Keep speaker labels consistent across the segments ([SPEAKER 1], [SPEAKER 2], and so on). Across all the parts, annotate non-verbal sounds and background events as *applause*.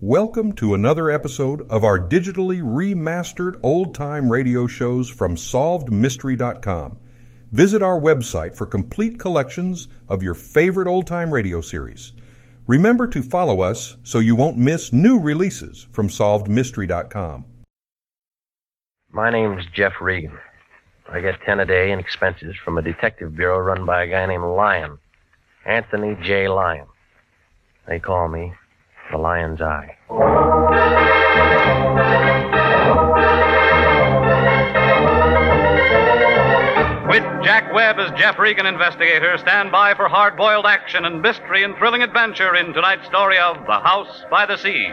[SPEAKER 1] Welcome to another episode of our digitally remastered old time radio shows from SolvedMystery.com. Visit our website for complete collections of your favorite old time radio series. Remember to follow us so you won't miss new releases from SolvedMystery.com.
[SPEAKER 2] My name's Jeff Regan. I get 10 a day in expenses from a detective bureau run by a guy named Lyon, Anthony J. Lyon. They call me the Lion's Eye.
[SPEAKER 3] With Jack Webb as Jeff Regan investigator, stand by for hard boiled action and mystery and thrilling adventure in tonight's story of The House by the Sea.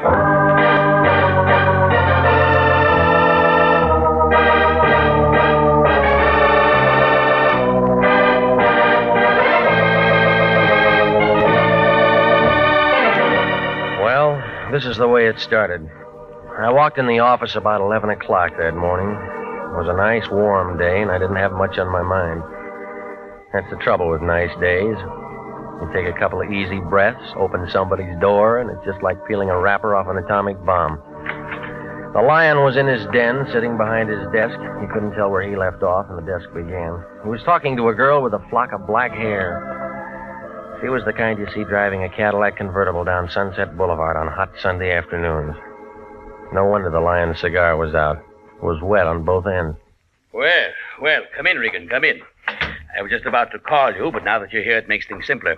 [SPEAKER 2] Well, this is the way it started. I walked in the office about 11 o'clock that morning. It was a nice warm day, and I didn't have much on my mind. That's the trouble with nice days. You take a couple of easy breaths, open somebody's door, and it's just like peeling a wrapper off an atomic bomb. The lion was in his den, sitting behind his desk. You couldn't tell where he left off, and the desk began. He was talking to a girl with a flock of black hair. She was the kind you see driving a Cadillac convertible down Sunset Boulevard on hot Sunday afternoons. No wonder the lion's cigar was out. It was wet on both ends.
[SPEAKER 4] Well, well, come in, Regan, come in. I was just about to call you, but now that you're here, it makes things simpler.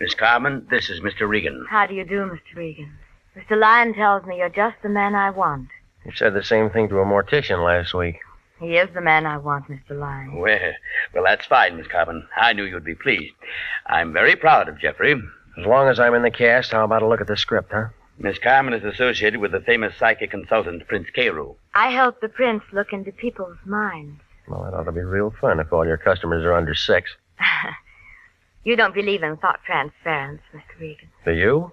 [SPEAKER 4] Miss Carmen, this is Mr. Regan.
[SPEAKER 5] How do you do, Mr. Regan? Mr. Lyon tells me you're just the man I want.
[SPEAKER 2] You said the same thing to a mortician last week.
[SPEAKER 5] He is the man I want, Mr. Lyon.
[SPEAKER 4] Well, well, that's fine, Miss Carmen. I knew you'd be pleased. I'm very proud of Jeffrey.
[SPEAKER 2] As long as I'm in the cast, how about a look at the script, huh?
[SPEAKER 4] Miss Carmen is associated with the famous psychic consultant, Prince Carew.
[SPEAKER 5] I help the prince look into people's minds. *laughs*
[SPEAKER 2] Well, that ought to be real fun if all your customers are under six.
[SPEAKER 5] You don't believe in thought transference, Mr. Regan.
[SPEAKER 2] Do you?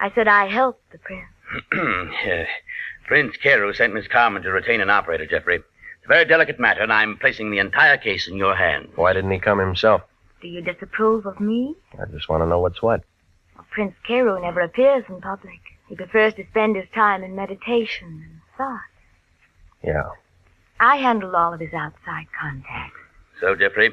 [SPEAKER 5] I said I help the prince.
[SPEAKER 4] Uh, *clears throat* Prince Carew sent Miss Carmen to retain an operator, Jeffrey. It's a very delicate matter, and I'm placing the entire case in your hands.
[SPEAKER 2] Why didn't he come himself?
[SPEAKER 5] Do you disapprove of me?
[SPEAKER 2] I just want to know what's what.
[SPEAKER 5] Well, prince Carew never appears in public. He prefers to spend his time in meditation and thought.
[SPEAKER 2] Yeah.
[SPEAKER 5] I handle all of his outside contacts.
[SPEAKER 4] So, Jeffrey,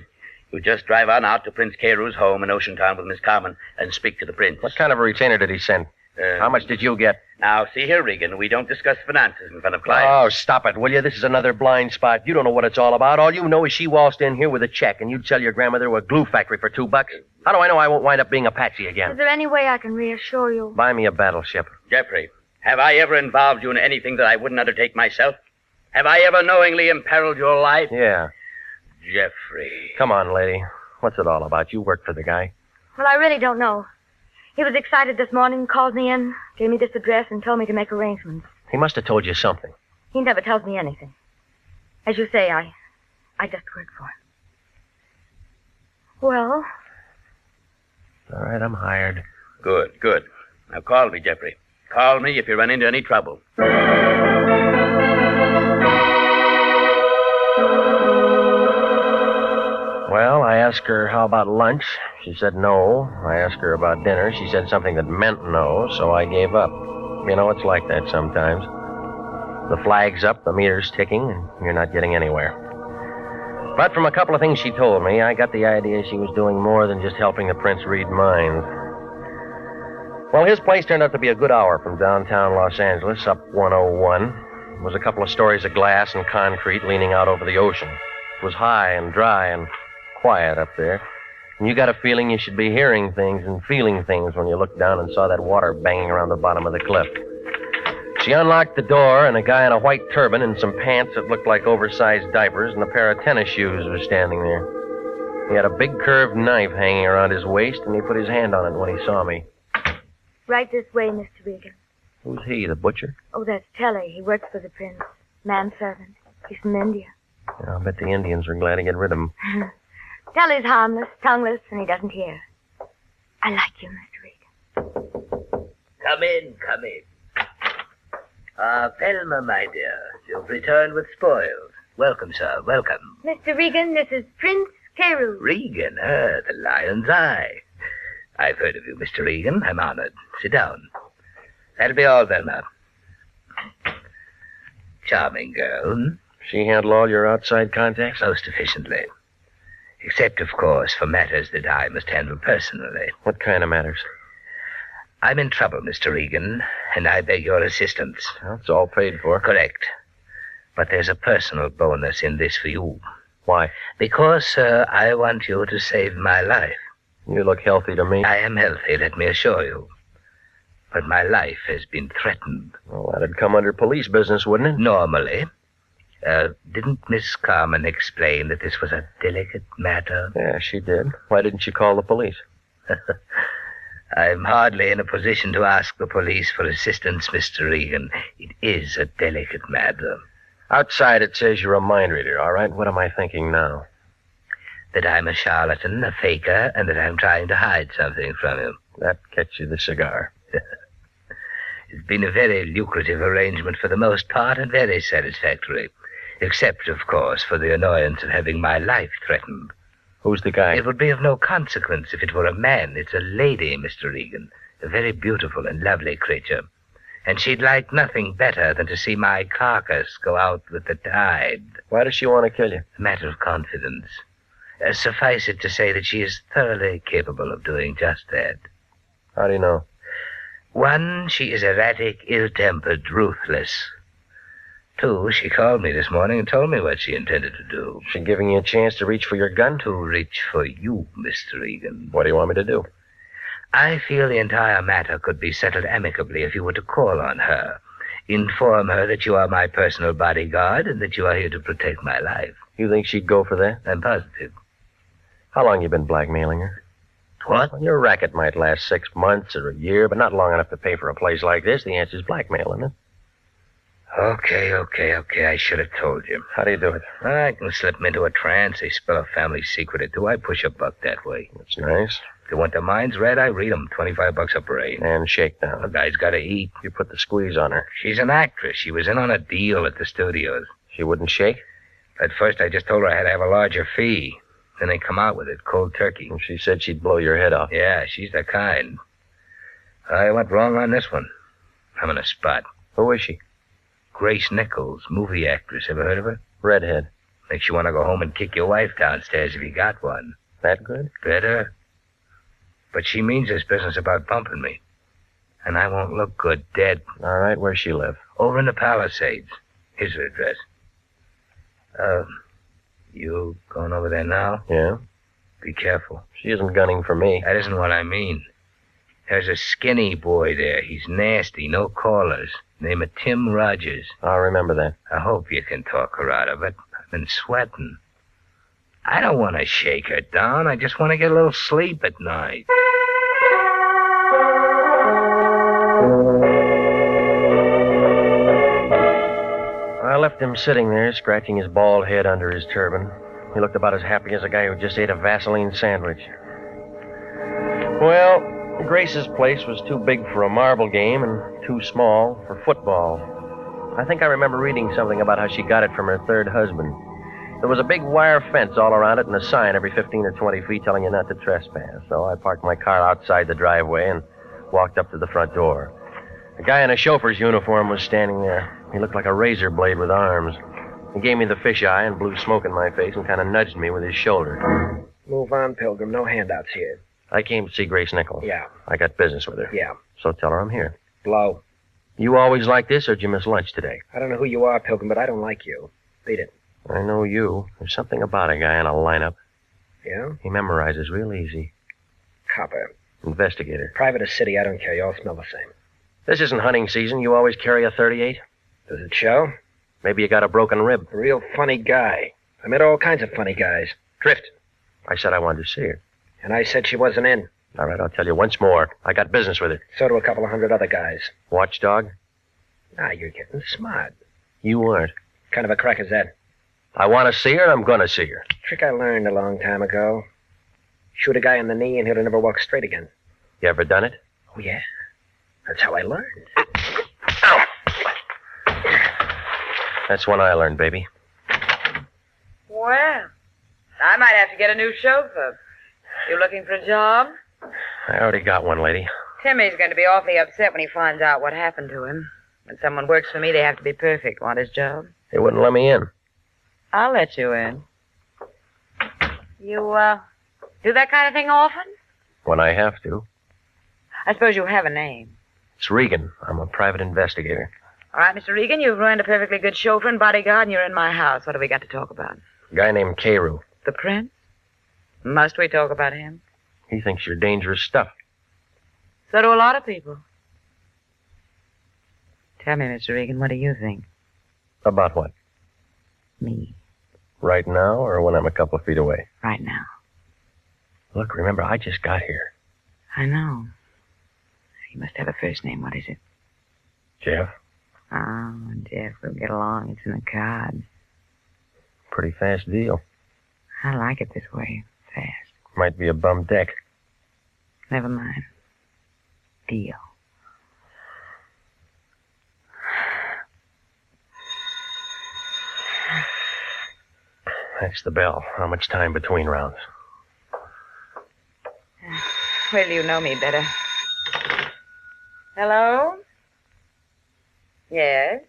[SPEAKER 4] you just drive on out to Prince Carew's home in Ocean Town with Miss Carmen and speak to the prince.
[SPEAKER 2] What kind of a retainer did he send?
[SPEAKER 4] Uh,
[SPEAKER 2] How much did you get?
[SPEAKER 4] Now, see here, Regan, we don't discuss finances in front of clients.
[SPEAKER 2] Oh, stop it, will you? This is another blind spot. You don't know what it's all about. All you know is she waltzed in here with a check, and you'd sell your grandmother a glue factory for two bucks. How do I know I won't wind up being a patsy
[SPEAKER 5] Is
[SPEAKER 2] again?
[SPEAKER 5] there any way I can reassure you?
[SPEAKER 2] Buy me a battleship.
[SPEAKER 4] Jeffrey, have I ever involved you in anything that I wouldn't undertake myself? Have I ever knowingly imperiled your life?
[SPEAKER 2] Yeah.
[SPEAKER 4] Jeffrey.
[SPEAKER 2] Come on, lady. What's it all about? You work for the guy.
[SPEAKER 5] Well, I really don't know. He was excited this morning, called me in, gave me this address, and told me to make arrangements.
[SPEAKER 2] He must have told you something.
[SPEAKER 5] He never tells me anything. As you say, I, I just work for him. Well,
[SPEAKER 2] All right, I'm hired.
[SPEAKER 4] Good, good. Now call me, Jeffrey. Call me if you run into any trouble.
[SPEAKER 2] Well, I asked her how about lunch. She said no. I asked her about dinner. She said something that meant no, so I gave up. You know, it's like that sometimes. The flag's up, the meter's ticking, and you're not getting anywhere. But from a couple of things she told me, I got the idea she was doing more than just helping the prince read minds. Well, his place turned out to be a good hour from downtown Los Angeles, up 101. It was a couple of stories of glass and concrete leaning out over the ocean. It was high and dry and quiet up there. And you got a feeling you should be hearing things and feeling things when you looked down and saw that water banging around the bottom of the cliff. She unlocked the door, and a guy in a white turban and some pants that looked like oversized diapers and a pair of tennis shoes was standing there. He had a big curved knife hanging around his waist, and he put his hand on it when he saw me.
[SPEAKER 5] right this way, Mr. Regan.
[SPEAKER 2] Who's he, the butcher?
[SPEAKER 5] Oh, that's Telly. He works for the prince. Manservant. He's from India. *laughs*
[SPEAKER 2] Yeah, I'll bet the Indians were glad to get rid of him.
[SPEAKER 5] Telly's harmless, tongueless, and he doesn't hear. I like you, Mr. Regan.
[SPEAKER 6] Come in, come in. Ah, Pelma, my dear, you've returned with spoils. Welcome, sir, welcome.
[SPEAKER 5] Mr. Regan, this is Prince Carew.
[SPEAKER 6] Regan, ah, the lion's uh, eye. I've heard of you, Mr. Regan. I'm honored. Sit down. That'll be all, Velma. Charming girl, hmm?
[SPEAKER 2] She handle all your outside contacts?
[SPEAKER 6] most efficiently. Oh, Except, of course, for matters that I must handle personally.
[SPEAKER 2] What kind of matters?
[SPEAKER 6] I'm in trouble, Mr. Regan, and I beg your assistance.
[SPEAKER 2] Well, it's all paid for.
[SPEAKER 6] Correct. But there's a personal bonus in this for you.
[SPEAKER 2] Why?
[SPEAKER 6] Because, sir, I want you to save my life.
[SPEAKER 2] You look healthy to me.
[SPEAKER 6] I am healthy, let me assure you. But my life has been threatened.
[SPEAKER 2] Well, that'd come under police business, wouldn't it?
[SPEAKER 6] Normally. Uh, didn't Miss Carmen explain that this was a delicate matter?
[SPEAKER 2] Yeah, she did. Why didn't you call the police?
[SPEAKER 6] *laughs* I'm hardly in a position to ask the police for assistance, Mr. Regan. It is a delicate matter.
[SPEAKER 2] Outside, it says you're a mind reader, all right? What am I thinking now?
[SPEAKER 6] That I'm a charlatan, a faker, and that I'm trying to hide something from you.
[SPEAKER 2] That gets you the cigar.
[SPEAKER 6] *laughs* It's been a very lucrative arrangement for the most part and very satisfactory. Except, of course, for the annoyance of having my life threatened.
[SPEAKER 2] Who's the guy?
[SPEAKER 6] It would be of no consequence if it were a man. It's a lady, Mr. Regan. A very beautiful and lovely creature. And she'd like nothing better than to see my carcass go out with the tide.
[SPEAKER 2] Why does she want to kill you?
[SPEAKER 6] A matter of confidence. Uh, suffice it to say that she is thoroughly capable of doing just that.
[SPEAKER 2] How do you know?
[SPEAKER 6] One, she is erratic, ill tempered, ruthless. Two, she called me this morning and told me what she intended to do.
[SPEAKER 2] She giving you a chance to reach for your gun?
[SPEAKER 6] Too rich for you, Mr. Regan.
[SPEAKER 2] What do you want me to do?
[SPEAKER 6] I feel the entire matter could be settled amicably if you were to call on her. Inform her that you are my personal bodyguard and that you are here to protect my life.
[SPEAKER 2] You think she'd go for that?
[SPEAKER 6] I'm positive.
[SPEAKER 2] How long you been blackmailing her?
[SPEAKER 6] What?
[SPEAKER 2] Well, your racket might last six months or a year, but not long enough to pay for a place like this. The answer's blackmail, isn't it?
[SPEAKER 6] Okay, okay, okay. I should have told you.
[SPEAKER 2] How do you do it?
[SPEAKER 6] I can slip him into a trance. They spell a family secret or two. I push a buck that way.
[SPEAKER 2] That's nice.
[SPEAKER 6] They want their minds read, I read 'em. 25 bucks a brain.
[SPEAKER 2] And
[SPEAKER 6] A
[SPEAKER 2] shakedown.
[SPEAKER 6] guy's got to eat.
[SPEAKER 2] You put the squeeze on her.
[SPEAKER 6] She's an actress. She was in on a deal at the studios.
[SPEAKER 2] She wouldn't shake,
[SPEAKER 6] At first, I just told her I had to have a larger fee. Then they come out with it, cold turkey.
[SPEAKER 2] and she said she'd blow your head off.
[SPEAKER 6] Yeah, she's the kind. I went wrong on this one. I'm in a spot.
[SPEAKER 2] Who is she?
[SPEAKER 6] Grace Nichols, movie actress. Ever heard of her?
[SPEAKER 2] Redhead.
[SPEAKER 6] Makes you want to go home and kick your wife downstairs if you got one.
[SPEAKER 2] That good?
[SPEAKER 6] Better. But she means this business about bumping me. And I won't look good dead.
[SPEAKER 2] All right, where she live?
[SPEAKER 6] Over in the Palisades. Here's her address. Uh, you going over there now?
[SPEAKER 2] Yeah.
[SPEAKER 6] Be careful.
[SPEAKER 2] She isn't gunning for me.
[SPEAKER 6] That isn't what I mean. There's a skinny boy there. He's nasty, no callers. Name of Tim Rogers.
[SPEAKER 2] I'll remember that.
[SPEAKER 6] I hope you can talk her out of it. I've been sweating. I don't want to shake her down. I just want to get a little sleep at night.
[SPEAKER 2] I left him sitting there, scratching his bald head under his turban. He looked about as happy as a guy who just ate a Vaseline sandwich. Well, Grace's place was too big for a marble game and too small for football. I think I remember reading something about how she got it from her third husband. There was a big wire fence all around it and a sign every 15 or 20 feet telling you not to trespass. So I parked my car outside the driveway and walked up to the front door. A guy in a chauffeur's uniform was standing there. He looked like a razor blade with arms. He gave me the fish eye and blew smoke in my face and kind of nudged me with his shoulder.
[SPEAKER 7] Move on, Pilgrim. No handouts here.
[SPEAKER 2] I came to see Grace Nichols.
[SPEAKER 7] Yeah.
[SPEAKER 2] I got business with her.
[SPEAKER 7] Yeah.
[SPEAKER 2] So tell her I'm here.
[SPEAKER 7] Blow.
[SPEAKER 2] You always like this, or did you miss lunch today?
[SPEAKER 7] I don't know who you are, Pilgrim, but I don't like you. Beat it.
[SPEAKER 2] I know you. There's something about a guy in a lineup.
[SPEAKER 7] Yeah?
[SPEAKER 2] He memorizes real easy.
[SPEAKER 7] Copper.
[SPEAKER 2] Investigator.
[SPEAKER 7] Private or city, I don't care. You all smell the same.
[SPEAKER 2] This isn't hunting season. You always carry a 38.
[SPEAKER 7] Does it show?
[SPEAKER 2] Maybe you got a broken rib.
[SPEAKER 7] A real funny guy. I met all kinds of funny guys. Drift.
[SPEAKER 2] I said I wanted to see her.
[SPEAKER 7] And I said she wasn't in.
[SPEAKER 2] All right, I'll tell you once more. I got business with her.
[SPEAKER 7] So do a couple of hundred other guys.
[SPEAKER 2] Watchdog?
[SPEAKER 7] Ah, you're getting smart.
[SPEAKER 2] You aren't.
[SPEAKER 7] Kind of a crack is that?
[SPEAKER 2] I want to see her, and I'm going to see her.
[SPEAKER 7] Trick I learned a long time ago. Shoot a guy in the knee and he'll never walk straight again.
[SPEAKER 2] You ever done it?
[SPEAKER 7] Oh, yeah? That's how I learned.
[SPEAKER 2] That's when I learned, baby.
[SPEAKER 8] Well, I might have to get a new chauffeur. You looking for a job?
[SPEAKER 2] I already got one lady.
[SPEAKER 8] Timmy's going to be awfully upset when he finds out what happened to him. When someone works for me, they have to be perfect. Want his job?
[SPEAKER 2] They wouldn't let me in.
[SPEAKER 8] I'll let you in. You, uh, do that kind of thing often?
[SPEAKER 2] When I have to.
[SPEAKER 8] I suppose you have a name.
[SPEAKER 2] It's Regan. I'm a private investigator.
[SPEAKER 8] All right, Mr. Regan, you've ruined a perfectly good chauffeur and bodyguard, and you're in my house. What have we got to talk about?
[SPEAKER 2] A guy named Carew.
[SPEAKER 8] The prince? Must we talk about him?
[SPEAKER 2] He thinks you're dangerous stuff.
[SPEAKER 8] So do a lot of people. Tell me, Mr. Regan, what do you think?
[SPEAKER 2] About what?
[SPEAKER 8] Me,
[SPEAKER 2] Right now or when I'm a couple of feet away?
[SPEAKER 8] right now.
[SPEAKER 2] Look, remember, I just got here.
[SPEAKER 8] I know. You must have a first name. What is it?
[SPEAKER 2] Jeff?
[SPEAKER 8] Oh, Jeff, we'll get along. It's in the cards.
[SPEAKER 2] Pretty fast deal.
[SPEAKER 8] I like it this way. Fast.
[SPEAKER 2] Might be a bum deck.
[SPEAKER 8] Never mind. Deal.
[SPEAKER 2] That's the bell. How much time between rounds?
[SPEAKER 8] Well, you know me better. Hello? Yes?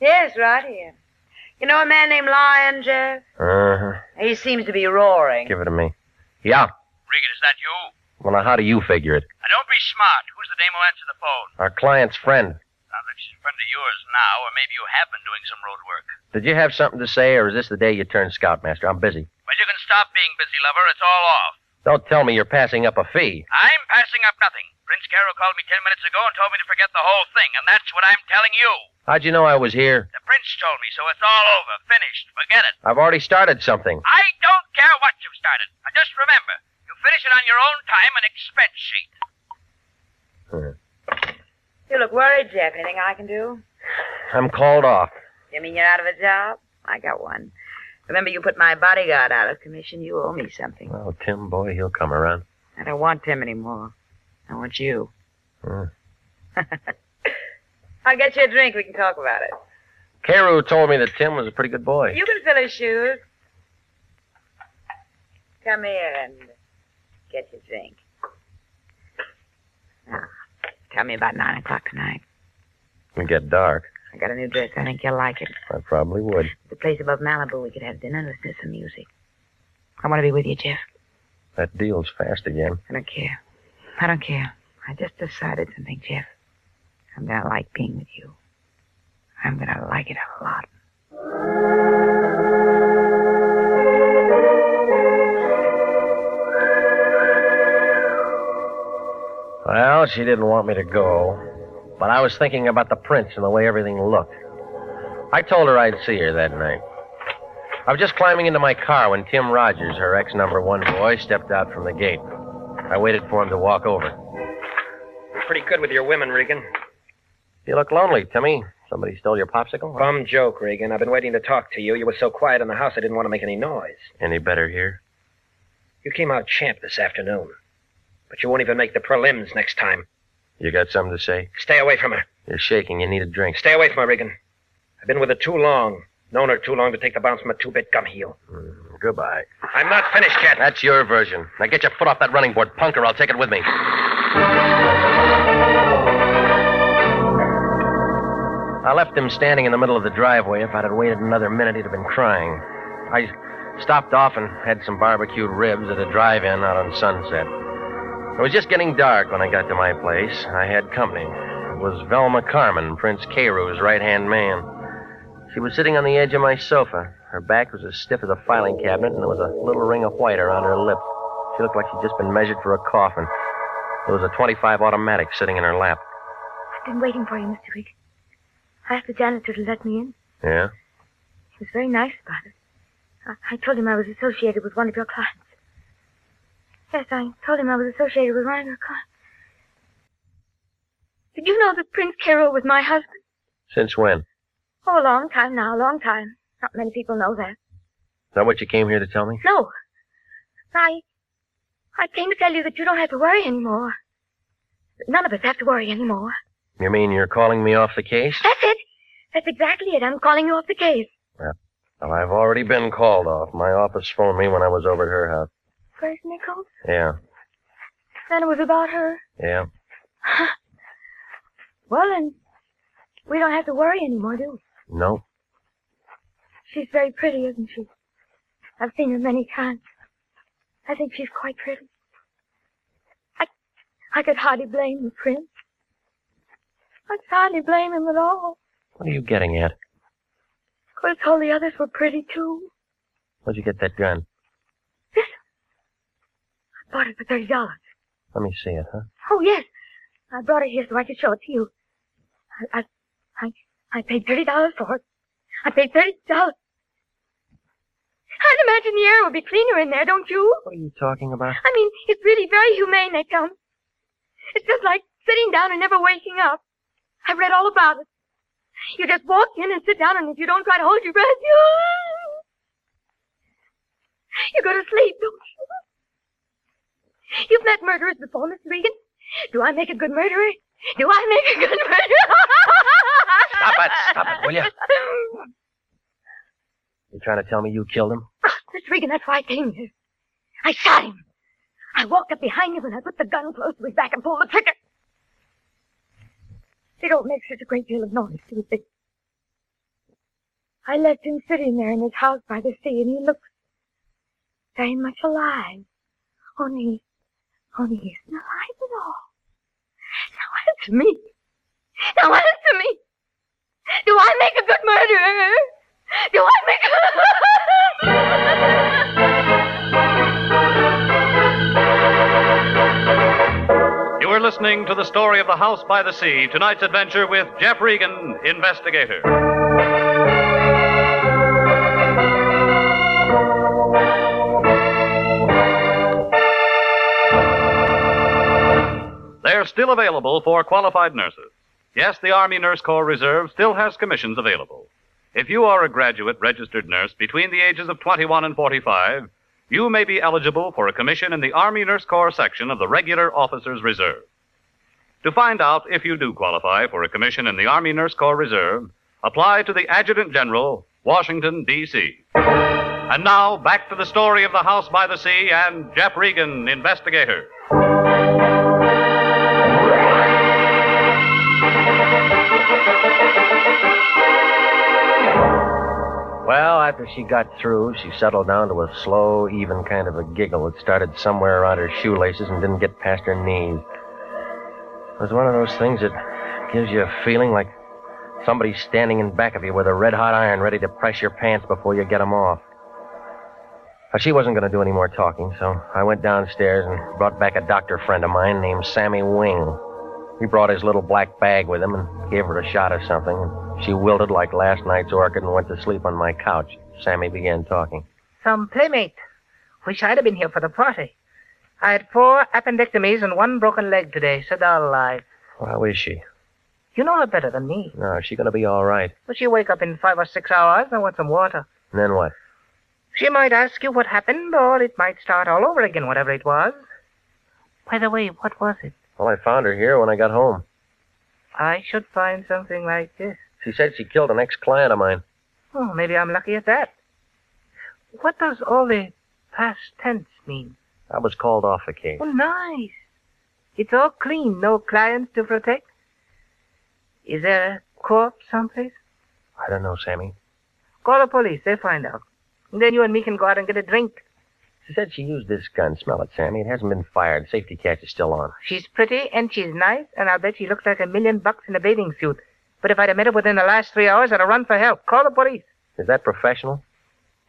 [SPEAKER 8] Yes, right here. You know a man named Lion, Jeff?
[SPEAKER 2] Uh-huh.
[SPEAKER 8] He seems to be roaring.
[SPEAKER 2] Give it to me. Yeah.
[SPEAKER 4] Regan, is that you?
[SPEAKER 2] Well, now, how do you figure it?
[SPEAKER 4] Now, don't be smart. Who's the dame who answered the phone?
[SPEAKER 2] Our client's friend.
[SPEAKER 4] Sounds like she's a friend of yours now, or maybe you have been doing some road work.
[SPEAKER 2] Did you have something to say, or is this the day you turned scoutmaster? I'm busy.
[SPEAKER 4] Well, you can stop being busy, lover. It's all off.
[SPEAKER 2] Don't tell me you're passing up a fee.
[SPEAKER 4] I'm passing up nothing. Prince Carol called me ten minutes ago and told me to forget the whole thing, and that's what I'm telling you.
[SPEAKER 2] How'd you know I was here?
[SPEAKER 4] The prince told me, so it's all over. Finished. Forget it.
[SPEAKER 2] I've already started something.
[SPEAKER 4] I don't care what you've started. Now, just remember, you finish it on your own time and expense sheet.
[SPEAKER 8] You look worried, Jeff. Anything I can do?
[SPEAKER 2] I'm called off.
[SPEAKER 8] You mean you're out of a job? I got one. Remember, you put my bodyguard out of commission. You owe me something.
[SPEAKER 2] Oh, Tim, boy, he'll come around.
[SPEAKER 8] I don't want him anymore. I want you.
[SPEAKER 2] Hmm.
[SPEAKER 8] I'll get you a drink. We can talk about it.
[SPEAKER 2] Carew told me that Tim was a pretty good boy.
[SPEAKER 8] You can fill his shoes. Come here and get your drink. Now, tell me about nine o'clock tonight.
[SPEAKER 2] It'll get dark.
[SPEAKER 8] I got a new dress. I think you'll like it.
[SPEAKER 2] I probably would.
[SPEAKER 8] The place above Malibu, we could have dinner and listen to some music. I want to be with you, Jeff.
[SPEAKER 2] That deal's fast again.
[SPEAKER 8] I don't care. I don't care. I just decided something, Jeff. I'm gonna like being with you. I'm gonna like it a lot.
[SPEAKER 2] Well, she didn't want me to go, but I was thinking about the prince and the way everything looked. I told her I'd see her that night. I was just climbing into my car when Tim Rogers, her ex number one boy, stepped out from the gate. I waited for him to walk over.
[SPEAKER 7] Pretty good with your women, Regan.
[SPEAKER 2] You look lonely, Timmy. Somebody stole your popsicle?
[SPEAKER 7] Bum joke, Regan. I've been waiting to talk to you. You were so quiet in the house, I didn't want to make any noise.
[SPEAKER 2] Any better here?
[SPEAKER 7] You came out champ this afternoon. But you won't even make the prelims next time.
[SPEAKER 2] You got something to say?
[SPEAKER 7] Stay away from her.
[SPEAKER 2] You're shaking. You need a drink.
[SPEAKER 7] Stay away from her, Regan. I've been with her too long. Known her too long to take the bounce from a two-bit gum heel.
[SPEAKER 2] Mm, Goodbye.
[SPEAKER 7] I'm not finished yet.
[SPEAKER 2] That's your version. Now get your foot off that running board, punk, or I'll take it with me. I left him standing in the middle of the driveway. If I'd have waited another minute, he'd have been crying. I stopped off and had some barbecued ribs at a drive in out on Sunset. It was just getting dark when I got to my place. I had company. It was Velma Carmen, Prince Carew's right hand man. She was sitting on the edge of my sofa. Her back was as stiff as a filing cabinet, and there was a little ring of white around her lip. She looked like she'd just been measured for a coffin. There was a 25 automatic sitting in her lap.
[SPEAKER 5] I've been waiting for you, Mr. Regan. I asked the janitor to let me in.
[SPEAKER 2] Yeah?
[SPEAKER 5] He was very nice about it. I, I told him I was associated with one of your clients. Yes, I told him I was associated with one of your clients. Did you know that Prince Carol was my husband?
[SPEAKER 2] Since when? Is
[SPEAKER 5] Oh, a long time now, a long time. Not many people know that.
[SPEAKER 2] that what you came here to tell me?
[SPEAKER 5] No. I. I came to tell you that you don't have to worry anymore. None of us have to worry anymore.
[SPEAKER 2] You mean you're calling me off the case?
[SPEAKER 5] That's it. That's exactly it. I'm calling you off the case.
[SPEAKER 2] Well, I've already been called off. My office phoned me when I was over at her house.
[SPEAKER 5] Where's Nichols?
[SPEAKER 2] Yeah.
[SPEAKER 5] Then it was about her.
[SPEAKER 2] Yeah.
[SPEAKER 5] Well, then, we don't have to worry anymore, do we?
[SPEAKER 2] No.
[SPEAKER 5] She's very pretty, isn't she? I've seen her many times. I think she's quite pretty. I, I could hardly blame the prince. I could hardly blame him at all.
[SPEAKER 2] What are you getting at?
[SPEAKER 5] Because all the others were pretty, too.
[SPEAKER 2] Where'd you get that gun?
[SPEAKER 5] I bought it for $30.
[SPEAKER 2] Let me see it, huh?
[SPEAKER 5] Oh, yes. I brought it here so I could show it to you. I, I, I, I paid $30 for it. I paid $30. I'd imagine the air would be cleaner in there, don't you?
[SPEAKER 2] What are you talking
[SPEAKER 5] *laughs*
[SPEAKER 2] about?
[SPEAKER 5] I mean, it's really very humane, they tell me. It's just like sitting down and never waking up. I've read all about it. You just walk in and sit down, and if you don't try to hold your breath, *laughs* you... You go to sleep, don't you? You've met murderers before, Miss Regan. Do I make a good murderer? Do I make a good murderer?
[SPEAKER 2] Stop it! Stop it, will you? You trying to tell me you killed him?
[SPEAKER 5] Miss Regan, that's why I came here. I shot him. I walked up behind him and I put the gun close to his back and pulled the trigger. They don't make such a great deal of noise, do they? I left him sitting there in his house by the sea, and he looks very much alive. Only, only he isn't alive at all. Now answer me. Now answer me. Do I make a good murderer? Do I make a...
[SPEAKER 3] You are listening to the story of the House by the Sea, tonight's adventure with Jeff Regan, investigator. They're still available for qualified nurses. Yes, the Army Nurse Corps Reserve still has commissions available. If you are a graduate registered nurse between the ages of 21 and 45, you may be eligible for a commission in the Army Nurse Corps section of the Regular Officers Reserve. To find out if you do qualify for a commission in the Army Nurse Corps Reserve, apply to the Adjutant General, Washington, D.C. And now, back to the story of the House by the Sea and Jeff Regan, investigator.
[SPEAKER 2] Well, after she got through, she settled down to a slow, even kind of a giggle that started somewhere around her shoelaces and didn't get past her knees. It was one of those things that gives you a feeling like somebody's standing in back of you with a red hot iron ready to press your pants before you get 'em off. Now, she wasn't going to do any more talking, so I went downstairs and brought back a doctor friend of mine named Sammy Wing. He brought his little black bag with him and gave her a shot of something. and She wilted like last night's orchid and went to sleep on my couch. Sammy began talking.
[SPEAKER 9] Some playmate. Wish I'd have been here for the party. I had four appendectomies and one broken leg today. Sadal alive.
[SPEAKER 2] Well, how is she?
[SPEAKER 9] You know her better than me.
[SPEAKER 2] No, is she going to be all right?
[SPEAKER 9] But she wake up in five or six hours and want some water.
[SPEAKER 2] And then what?
[SPEAKER 9] She might ask you what happened, or it might start all over again, whatever it was. By the way, what was it?
[SPEAKER 2] Well, I found her here when I got home.
[SPEAKER 9] I should find something like this.
[SPEAKER 2] She said she killed an ex client of mine.
[SPEAKER 9] Oh, maybe I'm lucky at that. What does all the past tense mean?
[SPEAKER 2] I was called off the case.
[SPEAKER 9] Oh, nice. It's all clean. No clients to protect. Is there a corpse someplace?
[SPEAKER 2] I don't know, Sammy.
[SPEAKER 9] Call the police. They find out. And then you and me can go out and get a drink.
[SPEAKER 2] She said she used this gun. Smell it, Sammy. It hasn't been fired. Safety catch is still on.
[SPEAKER 9] She's pretty and she's nice, and I'll bet she looks like a million bucks in a bathing suit. But if I'd have met her within the last three hours, I'd have run for help. Call the police.
[SPEAKER 2] Is that professional?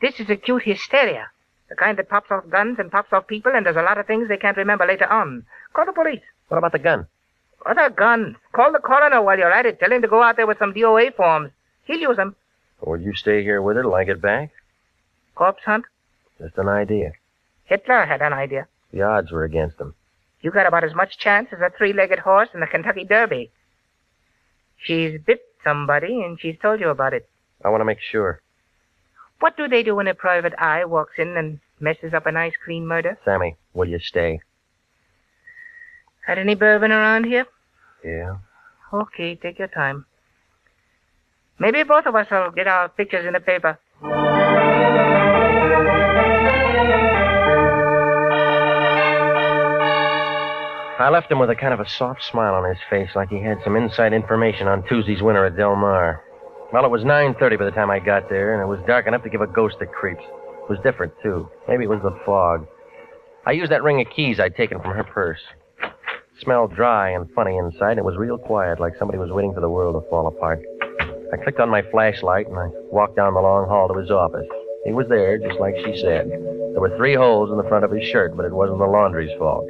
[SPEAKER 9] This is acute hysteria. The kind that pops off guns and pops off people, and does a lot of things they can't remember later on. Call the police.
[SPEAKER 2] What about the gun?
[SPEAKER 9] What a gun. Call the coroner while you're at it. Tell him to go out there with some DOA forms. He'll use 'em.
[SPEAKER 2] Will you stay here with her till I get back?
[SPEAKER 9] Corpse hunt?
[SPEAKER 2] Just an idea.
[SPEAKER 9] Hitler had an idea.
[SPEAKER 2] The odds were against him.
[SPEAKER 9] You got about as much chance as a three-legged horse in the Kentucky Derby. She's bit somebody, and she's told you about it.
[SPEAKER 2] I want to make sure.
[SPEAKER 9] What do they do when a private eye walks in and messes up a nice, clean murder?
[SPEAKER 2] Sammy, will you stay?
[SPEAKER 9] Had any bourbon around here?
[SPEAKER 2] Yeah.
[SPEAKER 9] Okay, take your time. Maybe both of us will get our pictures in the paper.
[SPEAKER 2] I left him with a kind of a soft smile on his face, like he had some inside information on Tuesday's winter at Del Mar. Well, it was 9.30 by the time I got there, and it was dark enough to give a ghost the creeps. It was different, too. Maybe it was the fog. I used that ring of keys I'd taken from her purse. It smelled dry and funny inside, and it was real quiet, like somebody was waiting for the world to fall apart. I clicked on my flashlight, and I walked down the long hall to his office. He was there, just like she said. There were three holes in the front of his shirt, but it wasn't the laundry's fault.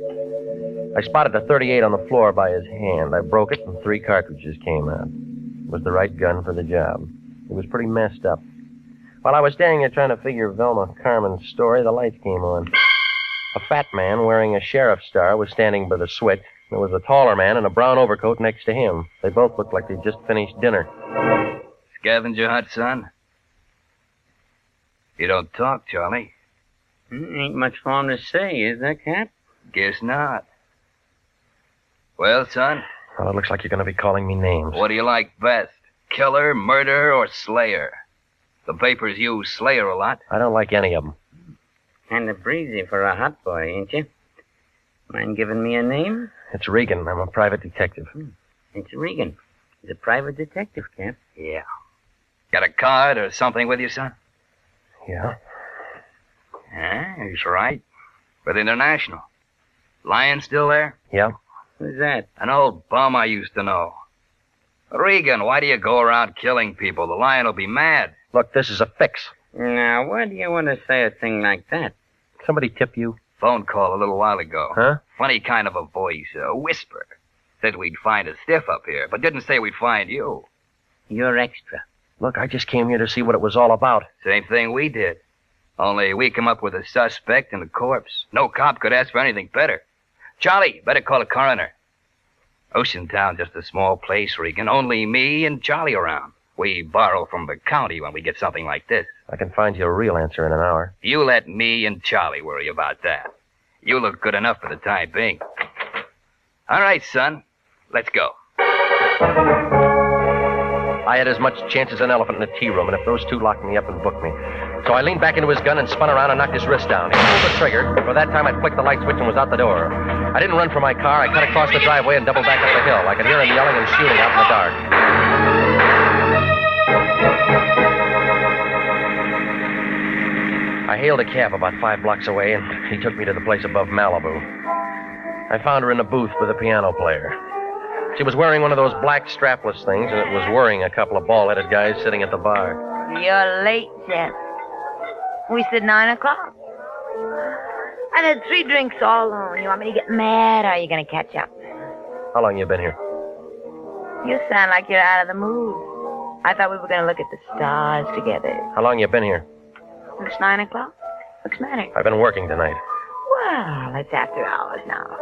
[SPEAKER 2] I spotted a 38 on the floor by his hand. I broke it, and three cartridges came out. It was the right gun for the job. It was pretty messed up. While I was standing there trying to figure Velma Carmen's story, the lights came on. A fat man wearing a sheriff's star was standing by the switch. There was a taller man in a brown overcoat next to him. They both looked like they'd just finished dinner.
[SPEAKER 10] Scavenger hunt, son? You don't talk, Charlie.
[SPEAKER 4] Hmm, Ain't much for him to say, is there, Cap?
[SPEAKER 10] Guess not. Well, son,
[SPEAKER 2] Well, Oh, it looks like you're going to be calling me names.
[SPEAKER 10] what do you like best? Killer, murderer, or slayer? The papers use slayer a lot.
[SPEAKER 2] I don't like any of them.
[SPEAKER 4] Kind of breezy for a hot boy, ain't you? Mind giving me a name? Hmm.
[SPEAKER 2] It's Regan. I'm a private detective.
[SPEAKER 4] It's Regan. He's a private detective, Cap.
[SPEAKER 10] Yeah. Got a card or something with you, son?
[SPEAKER 2] Yeah?
[SPEAKER 4] Ah,
[SPEAKER 10] Yeah, he's right. With International. Lion still there?
[SPEAKER 2] Yeah?
[SPEAKER 4] Who's that?
[SPEAKER 10] An old bum I used to know. Regan, why do you go around killing people? The lion will be mad.
[SPEAKER 2] Look, this is a fix.
[SPEAKER 4] Now, why do you want to say a thing like that?
[SPEAKER 2] Somebody tip you?
[SPEAKER 10] Phone call a little while ago.
[SPEAKER 2] Huh?
[SPEAKER 10] Funny kind of a voice, a whisper. Said we'd find a stiff up here, but didn't say we'd find you.
[SPEAKER 4] You're extra.
[SPEAKER 2] Look, I just came here to see what it was all about.
[SPEAKER 10] Same thing we did. Only we come up with a suspect and a corpse. No cop could ask for anything better. Charlie, better call a coroner. Ocean Town, just a small place, Regan. Only me and Charlie around. We borrow from the county when we get something like this.
[SPEAKER 2] I can find you a real answer in an hour.
[SPEAKER 10] You let me and Charlie worry about that. You look good enough for the time being. All right, son. Let's go.
[SPEAKER 2] I had as much chance as an elephant in a tea room, and if those two locked me up and booked me. So I leaned back into his gun and spun around and knocked his wrist down. He pulled the trigger. By that time, I'd flicked the light switch and was out the door. I didn't run for my car. I cut across the driveway and doubled back up the hill. I could hear him yelling and shooting out in the dark. I hailed a cab about five blocks away, and he took me to the place above Malibu. I found her in a booth with a piano player. She was wearing one of those black strapless things, and it was worrying a couple of bald headed guys sitting at the bar.
[SPEAKER 8] You're late, Jeff. We said nine o'clock. I had three drinks all alone. You want me to get mad or are you going to catch up?
[SPEAKER 2] How long you been here?
[SPEAKER 8] You sound like you're out of the mood. I thought we were going to look at the stars together.
[SPEAKER 2] How long you been here?
[SPEAKER 8] It's nine o'clock. What's the matter?
[SPEAKER 2] I've been working tonight.
[SPEAKER 8] Well, it's after hours now.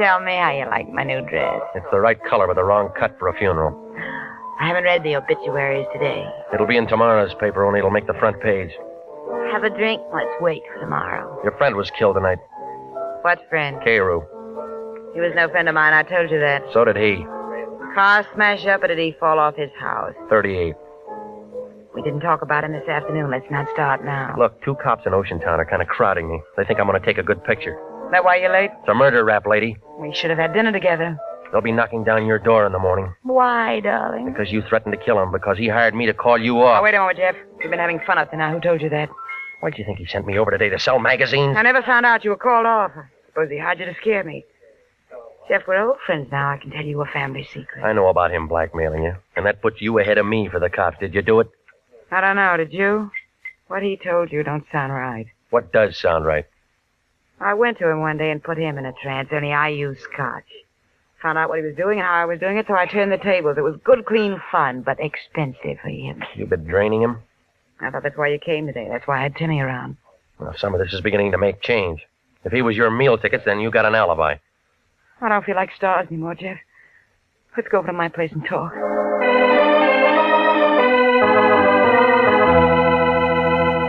[SPEAKER 8] Tell me how you like my new dress.
[SPEAKER 2] It's the right color but the wrong cut for a funeral.
[SPEAKER 8] I haven't read the obituaries today.
[SPEAKER 2] It'll be in tomorrow's paper, only it'll make the front page.
[SPEAKER 8] Have a drink. Let's wait for tomorrow.
[SPEAKER 2] Your friend was killed tonight,
[SPEAKER 8] What friend?
[SPEAKER 2] Carew.
[SPEAKER 8] He was no friend of mine. I told you that.
[SPEAKER 2] So did he.
[SPEAKER 8] Car smash up, or did he fall off his house?
[SPEAKER 2] 38.
[SPEAKER 8] We didn't talk about him this afternoon. Let's not start now.
[SPEAKER 2] Look, two cops in Ocean Town are kind of crowding me. They think I'm going to take a good picture.
[SPEAKER 8] Is that why you're late?
[SPEAKER 2] It's a murder rap, lady.
[SPEAKER 8] We should have had dinner together.
[SPEAKER 2] They'll be knocking down your door in the morning
[SPEAKER 8] Why, darling?
[SPEAKER 2] because you threatened to kill him because he hired me to call you off.
[SPEAKER 8] Oh, wait a moment, Jeff. We've been having fun up to now. Who told you that?
[SPEAKER 2] Why do you think he sent me over today to sell magazines?
[SPEAKER 8] I never found out you were called off. I suppose he hired you to scare me. Jeff, we're old friends now. I can tell you a family secret.
[SPEAKER 2] I know about him blackmailing you, and that puts you ahead of me for the cops. Did you do it?
[SPEAKER 8] I don't know. Did you? What he told you don't sound right.
[SPEAKER 2] What does sound right?
[SPEAKER 8] I went to him one day and put him in a trance, only I used scotch. Found out what he was doing and how I was doing it, so I turned the tables. It was good, clean fun, but expensive for him.
[SPEAKER 2] You've been draining him?
[SPEAKER 8] I thought that's why you came today. That's why I had Timmy around.
[SPEAKER 2] Well, some of this is beginning to make change. If he was your meal tickets, then you got an alibi.
[SPEAKER 8] I don't feel like stars anymore, Jeff. Let's go over to my place and talk.
[SPEAKER 5] *laughs*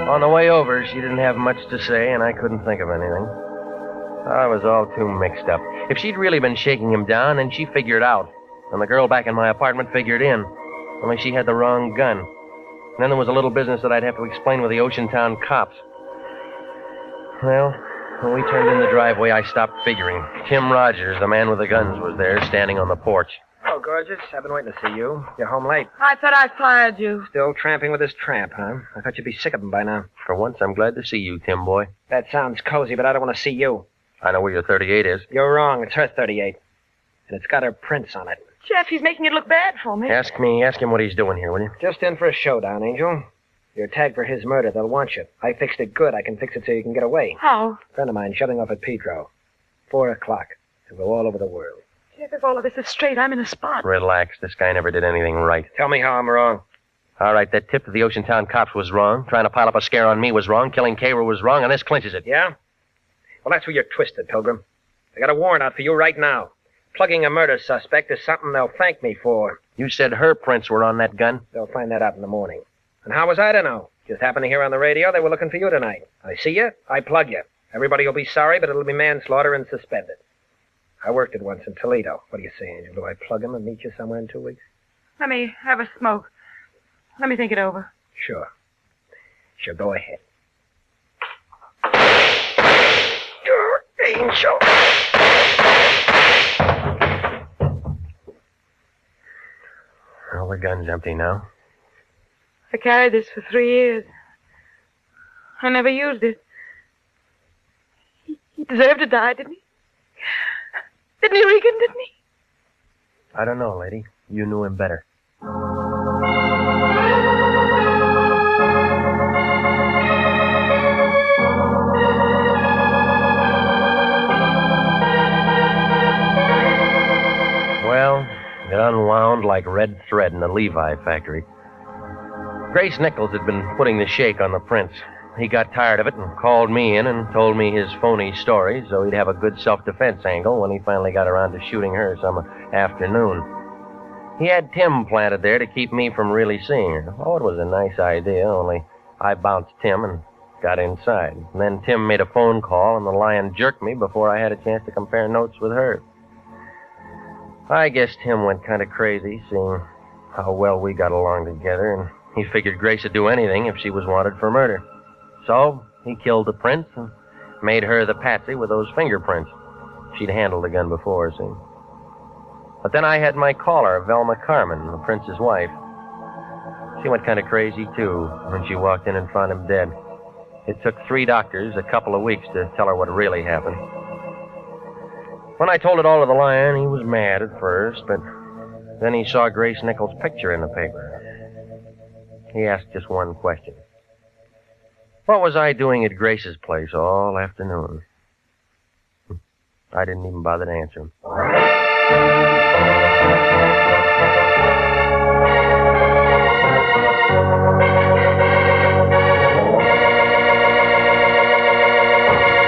[SPEAKER 2] On the way over, she didn't have much to say, and I couldn't think of anything. I was all too mixed up. If she'd really been shaking him down, then she figured out. And the girl back in my apartment figured in. Only she had the wrong gun. And then there was a little business that I'd have to explain with the Ocean Town cops. Well, When we turned in the driveway, I stopped figuring. Tim Rogers, the man with the guns, was there standing on the porch.
[SPEAKER 7] Oh, gorgeous. I've been waiting to see you. You're home late.
[SPEAKER 8] I thought I fired you.
[SPEAKER 7] Still tramping with this tramp, huh? I thought you'd be sick of him by now.
[SPEAKER 2] For once, I'm glad to see you, Tim boy.
[SPEAKER 7] That sounds cozy, but I don't want to see you.
[SPEAKER 2] I know where your 38 is.
[SPEAKER 7] You're wrong. It's her 38. And it's got her prints on it.
[SPEAKER 8] Jeff, he's making it look bad for me.
[SPEAKER 2] Ask me, ask him what he's doing here, will you?
[SPEAKER 7] Just in for a showdown, Angel. You're tagged for his murder. They'll want you. I fixed it good. I can fix it so you can get away.
[SPEAKER 8] How?
[SPEAKER 7] friend of mine shutting off at Pedro. Four o'clock. To go all over the world.
[SPEAKER 8] Jeff, if all of this is straight, I'm in a spot.
[SPEAKER 2] Relax. This guy never did anything right.
[SPEAKER 7] Tell me how I'm wrong.
[SPEAKER 2] All right, that tip to the Ocean Town cops was wrong. Trying to pile up a scare on me was wrong. Killing Cairo was wrong, and this clinches it.
[SPEAKER 7] Yeah? Well, that's where you're twisted, Pilgrim. I got a warrant out for you right now. Plugging a murder suspect is something they'll thank me for.
[SPEAKER 2] You said her prints were on that gun.
[SPEAKER 7] They'll find that out in the morning. And how was I to know? Just happened to hear on the radio they were looking for you tonight. I see you. I plug you. Everybody will be sorry, but it'll be manslaughter and suspended. I worked it once in Toledo. What do you say, Angel? Do I plug him and meet you somewhere in two weeks?
[SPEAKER 8] Let me have a smoke. Let me think it over.
[SPEAKER 7] Sure. Sure, go ahead. Angel.
[SPEAKER 2] Well, the gun's empty now.
[SPEAKER 8] I carried this for three years. I never used it. He, he deserved to die, didn't he? Didn't he, Regan? Didn't he?
[SPEAKER 2] I don't know, lady. You knew him better. Well, it unwound like red thread in a Levi factory. Grace Nichols had been putting the shake on the prince. He got tired of it and called me in and told me his phony story so he'd have a good self defense angle when he finally got around to shooting her some afternoon. He had Tim planted there to keep me from really seeing her. Oh, it was a nice idea, only I bounced Tim and got inside. And then Tim made a phone call and the lion jerked me before I had a chance to compare notes with her. I guess Tim went kind of crazy seeing how well we got along together and he figured Grace would do anything if she was wanted for murder. So he killed the prince and made her the patsy with those fingerprints. She'd handled a gun before, see. But then I had my caller, Velma Carmen, the prince's wife. She went kind of crazy, too, when she walked in and found him dead. It took three doctors a couple of weeks to tell her what really happened. When I told it all to the lion, he was mad at first, but then he saw Grace Nichols' picture in the paper. He asked just one question. What was I doing at Grace's place all afternoon? I didn't even bother to answer him.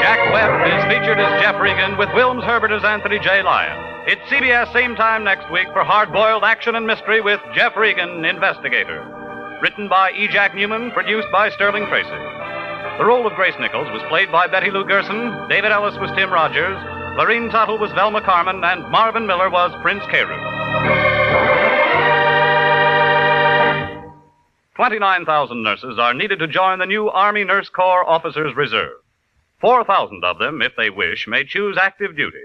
[SPEAKER 3] Jack Webb is featured as Jeff Regan with Wilms Herbert as Anthony J. Lyon. It's CBS same time next week for Hard Boiled Action and Mystery with Jeff Regan, Investigator. Written by E. Jack Newman, produced by Sterling Tracy. The role of Grace Nichols was played by Betty Lou Gerson, David Ellis was Tim Rogers, Lorene Tuttle was Velma Carmen, and Marvin Miller was Prince Carew. 29,000 nurses are needed to join the new Army Nurse Corps Officers Reserve. 4,000 of them, if they wish, may choose active duty.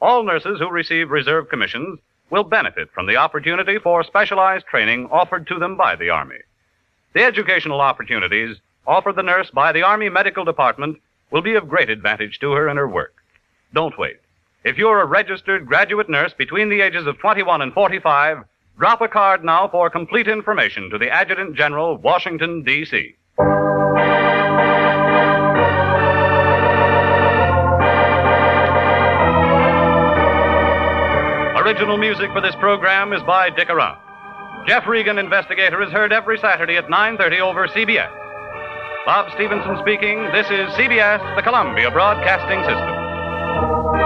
[SPEAKER 3] All nurses who receive reserve commissions will benefit from the opportunity for specialized training offered to them by the Army. The educational opportunities offered the nurse by the Army Medical Department will be of great advantage to her in her work. Don't wait. If you're a registered graduate nurse between the ages of 21 and 45, drop a card now for complete information to the Adjutant General, Washington, D.C. Original music for this program is by Dick Arant. Jeff Regan Investigator is heard every Saturday at 9.30 over CBS. Bob Stevenson speaking. This is CBS, the Columbia Broadcasting System.